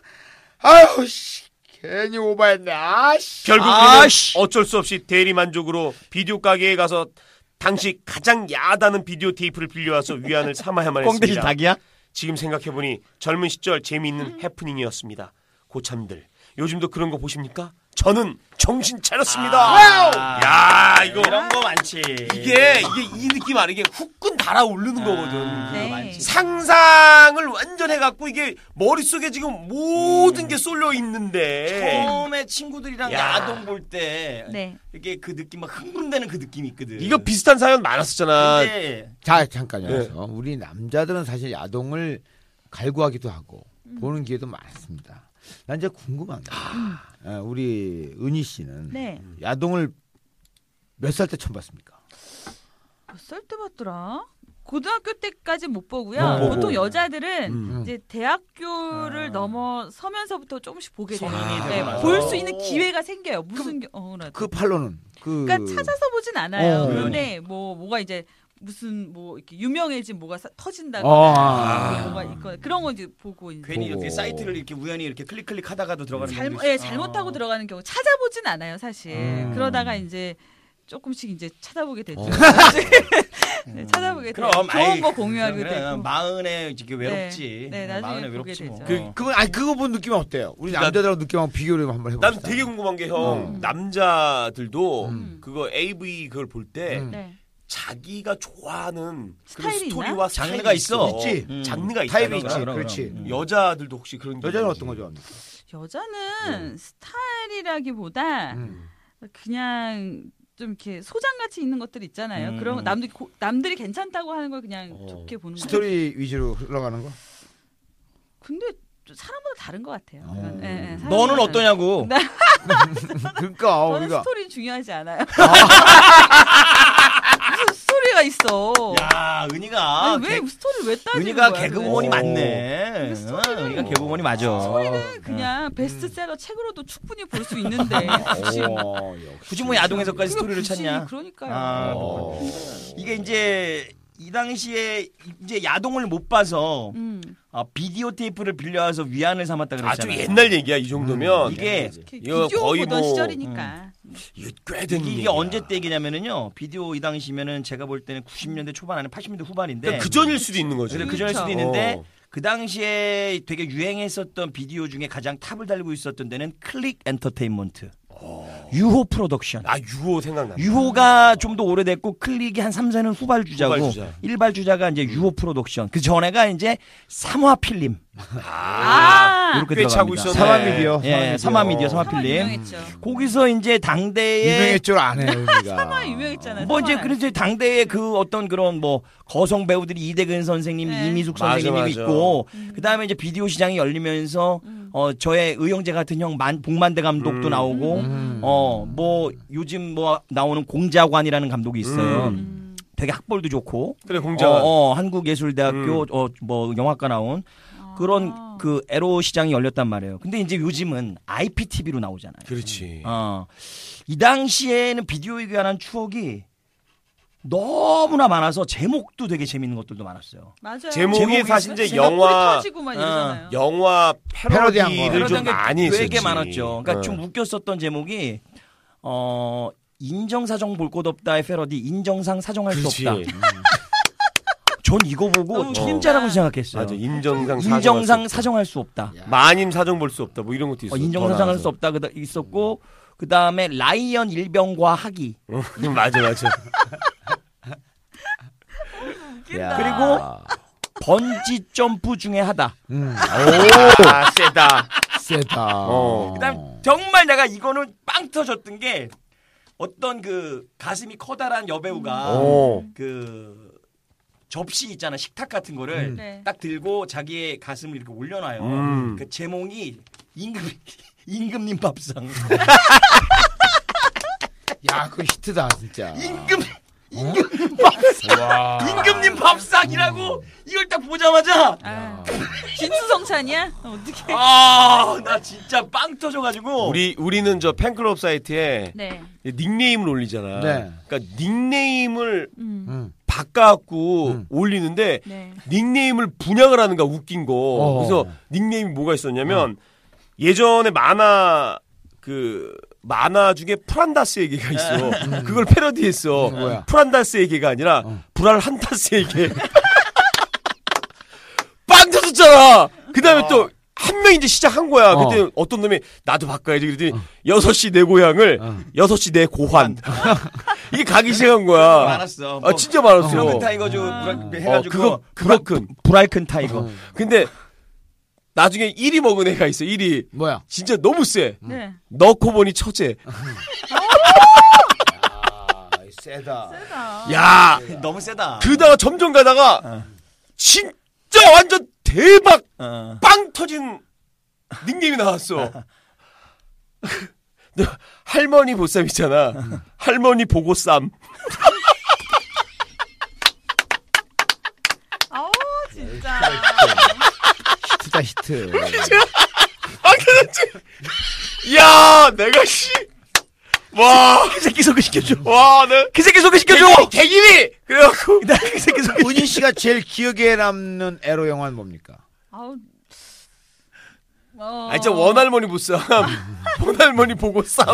S2: 아유 씨 괜히 오바했네. 아씨.
S4: 결국 우리는
S8: 아이씨.
S4: 어쩔 수 없이 대리 만족으로 비디오 가게에 가서 당시 가장 야하다는 비디오 테이프를 빌려와서 위안을 <laughs> 삼아야만
S8: 꽝대신
S4: 했습니다.
S8: 닭이야?
S4: 지금 생각해보니 젊은 시절 재미있는 해프닝이었습니다. 고참들 요즘도 그런 거 보십니까? 저는 정신 차렸습니다. 야 아. 이거
S3: 이런 거 많지. 네.
S4: 이게 이게 이 느낌 아니게 후끈 달아오르는 거거든.
S5: 네.
S4: 상상을 완전 해갖고 이게 머릿속에 지금 모든 게 쏠려 있는데
S3: 처음에 친구들이랑
S4: 예. 야.
S3: 야동 볼 때
S5: 네.
S3: 이게 그 느낌 막 흥분되는 그 느낌이 있거든.
S4: 이거 비슷한 사연 많았었잖아.
S3: 근데
S9: 자
S4: 예.
S9: 잠깐요. 그래서 우리 남자들은 사실 야동을 갈구하기도 하고
S5: 음.
S9: 보는 기회도 많습니다. 난 이제 궁금한 게 아, 우리 은희 씨는
S5: 네.
S9: 야동을 몇 살 때 처음 봤습니까?
S5: 몇살 때 봤더라? 고등학교 때까지 못 보고요. 아.
S4: 못 보고.
S5: 보통 여자들은
S9: 음.
S5: 이제 대학교를 넘어서면서면서부터 조금씩 보게 돼요.
S3: 성인이 되면서.
S5: 볼 수 있는 기회가 생겨요. 어, 무슨 경우라도.
S9: 그 팔로는 그
S5: 그러니까 찾아서 보진 않아요.
S9: 어.
S5: 그런데 뭐 뭐가 이제 무슨 뭐 이렇게 유명해진 뭐가 사- 터진다거나
S9: 어.
S5: 그 뭐가 있거나 그런 거 이제 보고 이제
S3: 괜히 이렇게
S9: 보고.
S3: 사이트를 이렇게 우연히 이렇게 클릭 클릭하다가도 들어가는
S5: 잘못
S3: 경우도 있어.
S5: 예 잘못하고 들어가는 경우 찾아보진 않아요 사실 그러다가 이제 조금씩 이제 찾아보게 되죠 <laughs> 네, 찾아보게 되고
S3: 그럼
S5: 좋은
S3: 아이,
S5: 거 공유하게
S3: 그래,
S5: 되고
S3: 마흔에 이게 외롭지.
S5: 네, 나중에
S3: 마흔에
S5: 보게
S3: 외롭지 뭐.
S5: 되죠.
S2: 그 그거 아니 그거 본 느낌 은 어때요? 우리
S4: 난-
S2: 남자들하고 느낌하고 비교를 한번 해봅시다.
S4: 난 되게 궁금한 게
S3: 음.
S4: 형, 남자들도 그거 AV 그걸 볼 때
S3: 음.
S5: 네.
S4: 자기가 좋아하는 그런
S5: 스타일이 있나?
S4: 스토리와
S3: 장르가
S4: 스타일이
S3: 있어.
S4: 있지.
S3: 음.
S4: 장르가 있다. 그러니까. 음.
S2: 타입이 있지.
S3: 그럼,
S2: 그렇지. 음.
S3: 그럼.
S4: 여자들도 혹시 그런 게
S2: 여자는
S4: 있는지.
S2: 어떤 거 좋아합니까?
S5: 여자는 스타일이라기보다
S2: 음.
S5: 그냥 좀 이렇게 소장같이 있는 것들 있잖아요
S3: 음.
S5: 그런 거 남들이 고- 남들이 괜찮다고 하는 걸 그냥 좋게 보는 거
S2: 음. 스토리 위주로 흘러가는 거?
S5: 근데 좀 사람마다 다른 것 같아요 그건. 예, 예, 사람마다
S8: 너는
S5: 다른-
S8: 어떠냐고.
S2: 그러니까
S5: 저는
S2: 우리가
S5: 스토리 중요하지 않아요 무슨 스토리가 있어
S3: 야, 은희가
S5: 아니, 왜
S3: 개-
S5: 스토리 왜 따지는
S3: 은희가
S5: 거야? 어.
S3: 개그우먼이
S2: 오.
S3: 맞네. 어, 은희가 개그우먼이 맞아.
S5: 그래? 그냥 베스트셀러 책으로도 충분히 볼 수 있는데 굳이
S2: 어, 역시.
S3: 굳이 뭐 야동에서까지 스토리를
S5: 굳이
S3: 찾냐?
S5: 그러니까요. 네.
S3: 아, 이게 이제 이 당시에 이제 야동을 못 봐서
S5: 음.
S3: 아, 비디오 테이프를 빌려와서 위안을 삼았다
S4: 아주
S3: 그랬잖아.
S4: 옛날 얘기야 이 정도면
S3: 음. 이게
S5: 이렇게
S4: 이거
S5: 비디오
S4: 거의
S5: 그 보던
S4: 뭐-
S5: 시절이니까.
S3: 음.
S4: 이게 꽤된
S3: 이게
S4: 얘기야.
S3: 언제 때기냐면은요. 비디오 이 당시면은 제가 볼 때는 90년대 초반 아니면 80년대 후반인데
S4: 그러니까 그 전일 수도 있는 거지.
S3: 네. 그래, 그
S5: 그렇죠.
S3: 전일 수도 있는데
S4: 어.
S3: 그 당시에 되게 유행했었던 비디오 중에 가장 탑을 달리고 있었던 데는 클릭 엔터테인먼트.
S4: 어.
S3: 유호 프로덕션.
S4: 아 유호 생각나.
S3: 유호가 좀 더 오래됐고 클릭이 한 3세는 후발 주자고
S4: 후발 주자. 음.
S3: 일발 주자가 이제 유호 프로덕션. 그 전에가 이제 삼화 필름.
S5: 아,
S3: 이렇게
S4: 꽤 차고
S3: 들어갑니다.
S4: 있었네.
S2: 사마미디어,
S3: 예,
S2: 사마미디어.
S3: 삼화 미디어, 삼화
S5: 사마
S3: 필름.
S5: 유명했죠.
S3: 거기서 이제 당대에
S5: 예.
S2: 유명할 줄 아네 우리가.
S5: 사마 유명했잖아요.
S3: 뭐 이제
S5: 사마.
S3: 그래서 당대에 그 어떤 그런 뭐 거성 배우들이 이대근 선생님,
S5: 네.
S3: 이미숙
S4: 맞아,
S3: 선생님이
S4: 맞아.
S3: 있고 그다음에 이제 비디오 시장이 열리면서 어 저의 의형제 같은 형 만, 복만대
S4: 음.
S3: 감독도 나오고 어 뭐 요즘 뭐 나오는 공자관이라는 감독이 있어요. 되게 학벌도 좋고
S4: 그래 음. 공장.
S3: 어, 어, 한국예술대학교
S4: 음.
S3: 어 뭐 영화과 나온 그런 그 에로 시장이 열렸단 말이에요. 근데 이제 요즘은 IPTV로 나오잖아요.
S4: 그렇지.
S3: 어, 이 당시에는 비디오에 관한 추억이 너무나 많아서 제목도 되게 재밌는 것들도 많았어요.
S5: 맞아요. 뭐
S4: 제목이 사실 이제 영화-
S5: 터지고 막
S3: 어.
S5: 이러잖아요.
S4: 영화
S2: 패러디한 거.
S4: 패러디를 좀
S3: 그러던 게
S4: 많이 했었지.
S3: 되게 많았죠. 그러니까
S4: 어.
S3: 좀 웃겼었던 제목이 어 인정사정 볼 곳 없다의 패러디 인정상 사정할 수
S4: 그렇지.
S3: 없다. 전 이거 보고
S5: 너무 웃긴다.
S3: 천재라고 어, 생각했어요.
S4: 맞아 인정상 사정할 수
S3: 인정상
S4: 없다.
S3: 사정할 수 없다.
S4: 마님 사정 볼 수 없다 뭐 이런 것도 있어
S3: 어, 인정상 할수 없다 그다 있었고 그 다음에 라이언 일병과 학이
S4: 어? 음, 맞아 맞아
S6: 야.
S3: 그리고 번지 점프 중에 하다.
S6: 음,
S4: 오 아, 세다
S6: 세다.
S4: 어.
S3: 그다음 정말 내가 이거는 빵 터졌던 게 어떤 그 가슴이 커다란 여배우가
S4: 음. 오
S3: 그 접시 있잖아 식탁 같은 거를
S5: 네.
S3: 딱 들고 자기의 가슴을 이렇게 올려놔요.
S4: 음.
S3: 그 제목이 임금 <laughs> 임금님 밥상.
S6: 야, 그 히트다 진짜.
S3: 임금 임금님 밥상. 임금님
S4: 음.
S3: 밥상이라고 이걸 딱 보자마자
S5: 아, 진수성찬이야? 어떻게?
S3: 아 나 진짜 빵 터져가지고
S4: 우리 우리는 저 팬클럽 사이트에
S5: 네.
S4: 닉네임을 올리잖아.
S6: 네.
S4: 그러니까 닉네임을
S5: 음.
S6: 음.
S4: 바꿔갖고 올리는데
S5: 네.
S4: 닉네임을 분양을 하는가 웃긴 거.
S6: 어.
S4: 그래서 닉네임이 뭐가 있었냐면 예전에 만화 그 만화 중에 프란다스 얘기가 있어. 그걸 패러디했어.
S6: 음. 뭐야? 어.
S4: 프란다스 얘기가 아니라 불알 한타스
S6: <laughs>
S4: 얘기. 빵 터졌잖아. 그다음에 또 한 명 이제 시작한 거야.
S6: 어.
S4: 그때 어떤 놈이 나도 바꿔야지 그랬더니 여섯 시 내 고향을
S6: 어.
S4: 여섯 시 내 고환. <laughs> 이게 가기 시작한 거야.
S3: 많았어. 뭐
S4: 아 진짜 많았어.
S3: 브로큰 타이거 좀 해가지고
S4: 그거 어. 브로큰.
S3: 브라이큰 타이거.
S4: 근데 나중에 1위 먹은 애가 있어. 1위.
S6: 뭐야?
S4: 진짜 너무 세.
S3: 음.
S5: 네.
S4: 넣고 보니 처제.
S6: 아, 세다.
S4: 야.
S3: 그 너무 세다.
S4: 그다가 점점 가다가 진짜 완전 대박
S3: 어.
S4: 빵 터진 닉네임이 나왔어. <laughs> 너 할머니 보쌈이잖아. 할머니 보고쌈.
S5: 아우 진짜.
S3: 네,
S6: 히트다 <laughs> 히트.
S4: 아, 그렇지. 야, 내가 씨. 와. 그 새끼 소개시켜줘. 와, 내. 그 새끼 소개시켜줘. 개기미! 그래갖고. 그 새끼 소개
S6: 문희 씨가 제일 기억에 남는 에로 영화는 뭡니까?
S5: 아우. 어.
S4: 아, 진짜
S3: <laughs>
S4: 원할머니 보쌈. 원할머니 보고쌈.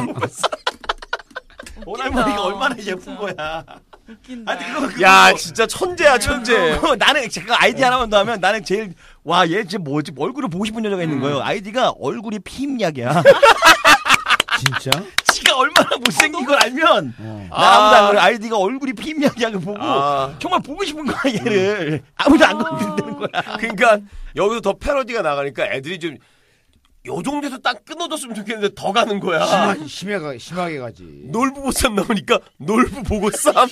S3: 오날머리가 얼마나
S5: 진짜.
S3: 예쁜 거야.
S5: 웃긴다.
S3: 아, 근데 그거, 그거
S4: 야, 진짜 천재야, 천재.
S3: 그거 나는 제가 아이디 하나만 더 하면 나는 제일 와 얘 진짜 뭐지 얼굴을 보고 싶은 여자가
S4: 음.
S3: 있는 거예요. 아이디가 얼굴이 <laughs> 피임약이야.
S6: 진짜?
S3: 지가 얼마나 못생긴 걸 알면 나 아. 어. 아무도 안 그래. 아이디가 얼굴이 피임약이야 그 보고
S4: 아.
S3: 정말 보고 싶은 거야 얘를 음. 아무도 안 건드리는 거야.
S4: 그러니까 여기서 더 패러디가 나가니까 애들이 좀. 요 정도에서 딱 끊어졌으면 좋겠는데 더 가는 거야.
S6: 아, 심하게, 심하게, 심하게 가지.
S4: 놀부 보쌈 나오니까 놀부 보고쌈.
S3: 아,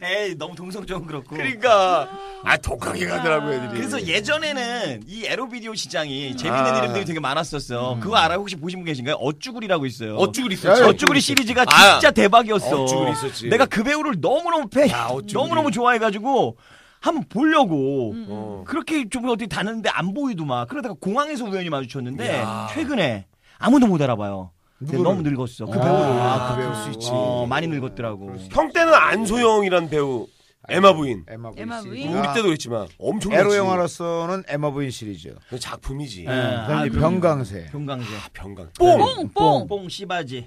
S3: 에이 너무 동성적은 그렇고. 음.
S4: 그러니까 아 독하게 가더라고 애들이.
S3: 그래서 예전에는 이 에로비디오 시장이 재밌는
S4: 아.
S3: 이름들이 되게 많았었어. 그거 알아요? 혹시 보신 분 계신가요? 어쭈구리라고 음. 있어요.
S4: 네. 어쭈구리
S6: 야,
S4: 있었지.
S6: 야,
S3: 어쭈구리 시리즈가
S4: 아,
S3: 진짜 대박이었어.
S4: 어쭈구리 있었지.
S3: 내가 그 배우를 너무너무 팬,
S4: 야, 어쭈구리.
S3: 너무너무 좋아해가지고 한번
S5: 음,
S3: 보려고
S4: 어.
S3: 그렇게 좀 어디 다녔는데 안 보이더만. 그러다가 공항에서 우연히 마주쳤는데 최근에 아무도 못 알아봐요. 근데
S6: 누구를?
S3: 너무 늙었어. 그
S6: 아,
S3: 배우를.
S6: 그 배우 수 있지.
S3: 어, 많이 늙었더라고.
S4: 형 때는 안소영이란 배우 에마 부인.
S6: 에마 부인.
S5: 에마
S6: 시리즈.
S5: 부인.
S4: 우리 때도 그랬지만 엄청
S6: 에로 영화로서는 에마 부인 시리즈.
S4: 그 작품이지.
S3: 예.
S6: 그다음에
S3: 아,
S6: 병강세.
S3: 병강제.
S4: 아, 병강. 뽕. 음.
S5: 뽕 뽕.
S3: 뽕 씨바지.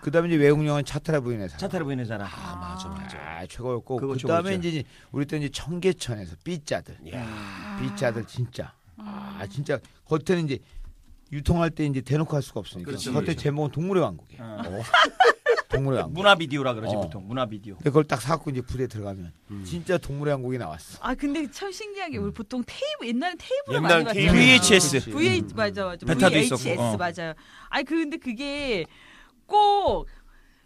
S6: 그다음에 이제 외국 영화는 차트라 부인의 사랑.
S3: 차타르 보이는 사람.
S4: 맞아 맞아.
S6: 아, 최고였고
S3: 그거
S6: 그다음에
S3: 최고였죠.
S6: 이제 우리 때 이제 청계천에서 삐짜들. 삐짜들 진짜. 아, 진짜 겉에는 이제 유통할 때 이제 대놓고 할 수가 없으니까.
S3: 그렇죠,
S6: 겉에
S3: 그렇죠.
S6: 제목은 동물의 왕국이야. 어. <laughs> 동물의 왕국.
S3: 문화 비디오라 그러지
S6: 어.
S3: 보통 문화 비디오.
S6: 근데 그걸 딱 사갖고 이제 부대에 들어가면 진짜 동물의 왕국이 나왔어.
S5: 아 근데 참 신기한 게 우리 보통 테이프 옛날에 테이프로
S4: 음. 옛날
S5: 많이
S4: 테이프.
S5: 봤잖아요. 네.
S3: VHS.
S5: V
S4: 음,
S5: H 맞아 맞아.
S3: 베타도
S5: VHS
S3: 있었고, 어.
S5: 맞아요. 아니 근데 그게 꼭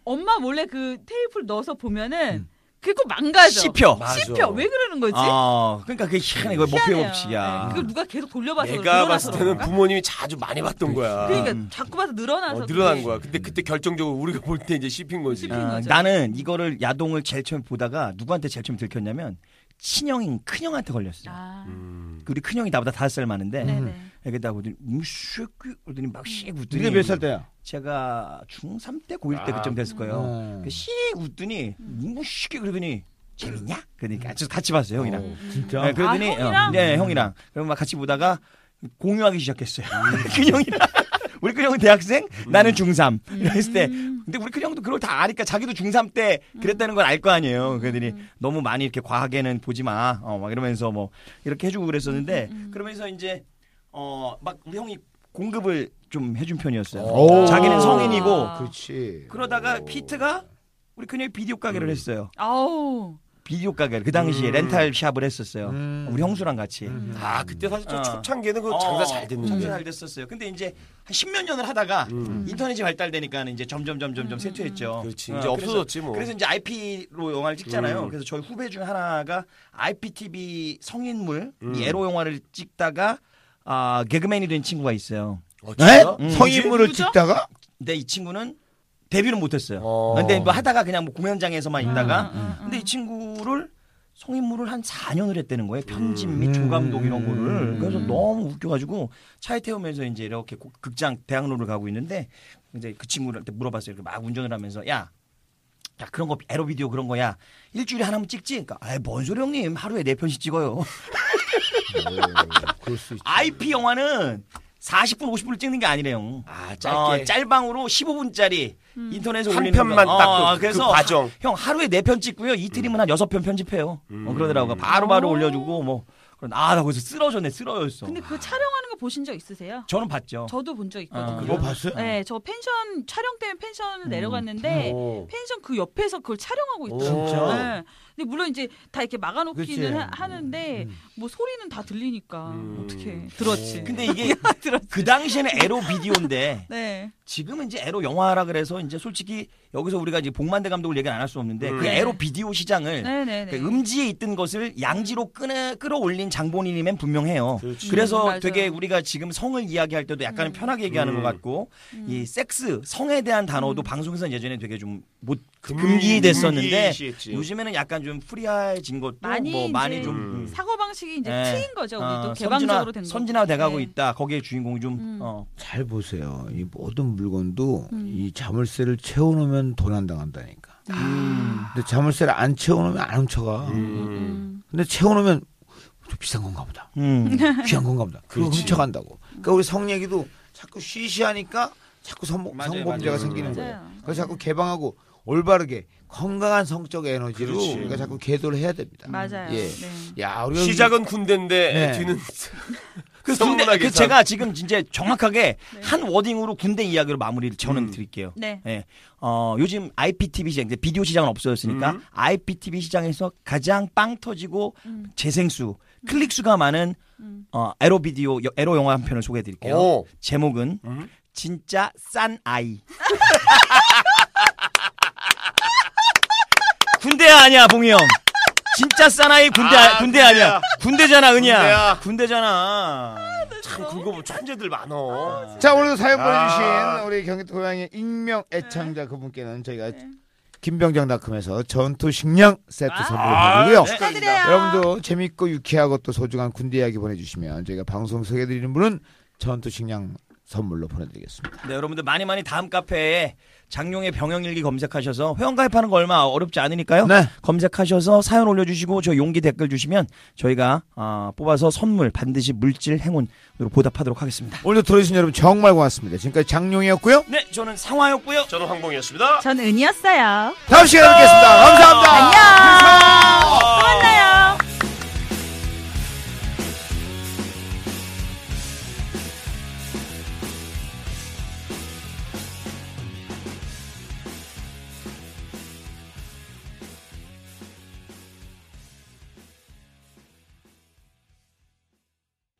S5: 엄마 몰래 그 테이프를 넣어서
S4: 음.
S5: 보면은 그게 꼭 망가져.
S3: 씹혀.
S5: 씹혀. 왜 그러는 거지?
S3: 아, 그러니까 그게 희한해. 이거 목표
S5: 희한해요.
S3: 법칙이야.
S5: 네. 그걸 누가 계속 돌려봐서
S4: 내가
S5: 늘어나서
S4: 봤을 때는
S5: 그런가?
S4: 부모님이 자주 많이 봤던 거야.
S5: 그러니까 자꾸 봐서 늘어나서
S4: 어, 늘어난
S5: 그게
S4: 거야. 근데 그때 결정적으로 우리가 볼 때 이제 씹힌 거지.
S5: 씹힌
S3: 어,
S5: 거죠.
S3: 나는 이거를 야동을 제일 처음 보다가 누구한테 제일 처음 들켰냐면 친형인 큰형한테 걸렸어. 요
S5: 아,
S4: 음.
S3: 우리 큰형이 나보다 다섯 살 많은데
S5: 네네. 음.
S3: 여기다 보더니 무쇠끼 그러더니 막씩 웃더니
S6: 네가 몇 살 때야? 아.
S3: 제가 중3 때 고1 때 그쯤 됐을 거예요.
S6: 어.
S3: 그씩 웃더니
S5: 음.
S3: 무쇠끼 그러더니
S6: 음.
S3: 재밌냐? 그러니까 저 같이 봤어요 형이랑.
S6: 진짜.
S3: 네, 그러더니
S5: 아, 형이랑?
S3: 어, 네, 형이랑 그럼 막 같이 보다가 <laughs>
S5: 음.
S3: 공유하기 시작했어요. 그 형이랑 우리 그 형은 대학생, 나는 중3. 이랬을 때 근데 우리 큰 형도 그걸 다 아니까 자기도 중3 때
S5: 음.
S3: 그랬다는 걸 알 거 아니에요. 그들이 너무 많이 이렇게 과하게는 보지 마. 어, 막 이러면서 뭐 이렇게 해주고
S5: 음,
S3: 그랬었는데 그러면서 이제 어, 막 우리 형이 공급을 좀 해준 편이었어요.
S2: 오.
S3: 자기는
S6: 어,
S3: 성인이고
S5: 아.
S2: 그렇지.
S3: 그러다가 피트가 우리 큰형이 비디오 가게를 했어요.
S5: 아우.
S3: 비디오 가게를 그 당시에
S4: 음.
S3: 렌탈 샵을 했었어요.
S2: 음.
S3: 우리 형수랑 같이.
S4: 아 그때 사실 좀
S3: 어.
S4: 초창기에는 그 장사 잘
S3: 장사
S4: 됐는데. 음.
S3: 잘 됐었어요. 근데 이제 한 십몇 년을 하다가 인터넷이 발달되니까 이제 점점 점점
S2: 음.
S3: 점 쇠퇴했죠.
S4: 그렇지.
S3: 어,
S4: 이제 없어졌지 뭐.
S3: 그래서 이제 IP로 영화를 찍잖아요.
S4: 음.
S3: 그래서 저희 후배 중 하나가 IPTV 성인물
S4: 음.
S3: 이 에로 영화를 찍다가 아 개그맨이 된 친구가 있어요.
S4: 어,
S2: 네?
S4: 진짜?
S6: 음.
S2: 성인물을
S5: 누구죠?
S2: 찍다가
S3: 근데 이 친구는 데뷔는 못했어요.
S4: 어.
S3: 근데 뭐 하다가 그냥 뭐 공연장에서만 있다가
S5: 음, 음,
S3: 근데 이 친구를 성인물을 한 4년을 했다는 거예요. 편집 및 조감독 이런 거를. 그래서 너무 웃겨가지고 차에 태우면서 이제 이렇게 고- 극장 대학로를 가고 있는데 이제 그 친구한테 물어봤어요. 이렇게 막 운전을 하면서 야, 야 그런 거 에로비디오 그런 거야 일주일에 하나만 찍지? 그러니까 아뭔 소리 형님 하루에 네 편씩 찍어요.
S2: 그럴 수 있지.
S3: IP 영화는 40분 50분을 찍는 게 아니래요.
S4: 아 짧게. 음.
S3: 어, 짤방으로 15분짜리 인터넷에
S4: 한
S3: 올리는
S4: 편만
S3: 거.
S4: 딱
S3: 어,
S4: 그- 그 과정.
S3: 형 하루에 네 편 찍고요. 이틀이면 한 여섯 편 편집해요.
S4: 음.
S3: 어, 그러더라고. 바로바로 올려주고 뭐 그런 아나 거기서 쓰러졌네 쓰러졌어.
S5: 근데 그 촬영하는 거 보신 적 있으세요?
S3: 저는 봤죠.
S5: 저도 본 적 있거든요.
S3: 아, 음.
S2: 그거 봤어요?
S5: 네, 저 펜션 촬영 때문에 펜션을 내려갔는데
S4: 오.
S3: 어.
S5: 펜션 그 옆에서 그걸 촬영하고 있더라고요.
S4: 진짜?
S5: 네. 근데 물론 이제 다 이렇게
S6: 그치.
S5: 막아놓기는 하- 하는데
S3: 음.
S5: 뭐 소리는 다 들리니까
S4: 음.
S5: 어떻게 <laughs> 들었지?
S3: 근데 이게 그 당시에는 에로 비디오인데
S5: 네.
S3: 지금은 이제 에로 영화라 그래서 이제 솔직히 여기서 우리가 이제 복만대 감독을 얘기는 안 할 수 없는데 그
S5: 네.
S3: 에로 비디오 시장을
S5: 네네네.
S3: 그러니까 음지에 있던 것을 양지로 끄 끌어올린 장본인이면 분명해요.
S4: 그렇지.
S3: 그래서
S5: 음, 맞아요.
S3: 되게 우리가 지금 성을 이야기할 때도 약간 은 편하게 얘기하는 것
S4: 음.
S3: 같고 이 섹스 성에 대한
S5: 음.
S3: 단어도 방송에서 예전에 되게 좀 못
S4: 금- 음,
S3: 금기됐었는데
S4: 금기시했지.
S3: 요즘에는 약간 좀 프리해진 것도
S5: 많이
S3: 뭐 많이
S5: 이제
S3: 좀
S4: 음.
S3: 음.
S5: 사고 방식이 이제
S3: 네.
S5: 트인 거죠. 우리도
S3: 아,
S5: 개방적으로
S3: 선진화,
S5: 된 거.
S3: 선진화돼가고
S5: 네. 음.
S3: 있다. 거기에 주인공이 좀 어.
S6: 잘 보세요. 이 모든 물건도 이 자물쇠를 채워놓으면 도난 당한다니까.
S5: 음.
S6: 근데 자물쇠를 안 채워놓으면 안 훔쳐가.
S4: 음.
S6: 근데 채워놓으면 좀 비싼 건가 보다.
S3: 음.
S5: <laughs>
S6: 귀한 건가 보다. 그거
S4: 그렇지.
S6: 훔쳐간다고. 그러니까 우리 성 얘기도 자꾸 쉬쉬하니까 자꾸 성,
S3: 맞아요,
S6: 성범죄가
S3: 맞아요.
S6: 생기는
S5: 맞아요.
S6: 거예요. 그래서 자꾸 개방하고 올바르게 건강한 성적 에너지로
S4: 그렇지.
S6: 우리가 자꾸 계도를 해야 됩니다.
S5: 맞아요.
S6: 예.
S5: 네.
S6: 야,
S4: 음.
S6: 우리가
S4: 시작은 군대인데
S6: 네.
S4: 뒤는
S3: 그 군대
S4: 성문학에서.
S3: 그 제가 지금 진짜 정확하게 한 워딩으로 군대 이야기로 마무리를 저는 드릴게요.
S5: 네.
S3: 예. 어, 요즘 IPTV 시장, 이제 비디오 시장은 없어졌으니까
S4: 음.
S3: IPTV 시장에서 가장 빵 터지고 재생수, 클릭수가 많은 어, 에로 비디오, 여- 에로 영화 한 편을 소개해 드릴게요.
S4: 오.
S3: 제목은 진짜 싼 아이. 군대 아니야, 봉이 형. 진짜 싼 아이 군대 아-
S4: 아,
S3: 군대 아니야.
S4: 군대야.
S3: 군대잖아, 은희야.
S4: 군대야.
S3: 군대잖아.
S4: 참 굵어 뭐 천재들 많어.
S2: 자 오늘도 사연
S4: 아.
S2: 보내주신 우리 경기도 고양이 익명
S5: 네.
S2: 애창자 그분께는 저희가 김병장닷컴에서 전투 식량 세트
S4: 아,
S2: 선물을 드리고요.
S4: 네.
S5: 축하드려요.
S2: 여러분도 재밌고 유쾌하고 또 소중한 군대 이야기 보내주시면 저희가 방송 소개해드리는 분은 전투 식량 선물로 보내드리겠습니다.
S3: 네, 여러분들 많이 많이 다음 카페에 장룡의 병영일기 검색하셔서 회원 가입하는 거 얼마 어렵지 않으니까요.
S2: 네.
S3: 검색하셔서 사연 올려주시고 저 용기 댓글 주시면 저희가 아, 뽑아서 선물 반드시 물질 행운으로 보답하도록 하겠습니다.
S2: 오늘도 들어주신 여러분 정말 고맙습니다. 지금까지 장룡이었고요.
S3: 네, 저는 상화였고요.
S4: 저는 황봉이었습니다.
S5: 전 은이었어요.
S2: 다음 시간에 뵙겠습니다. 감사합니다.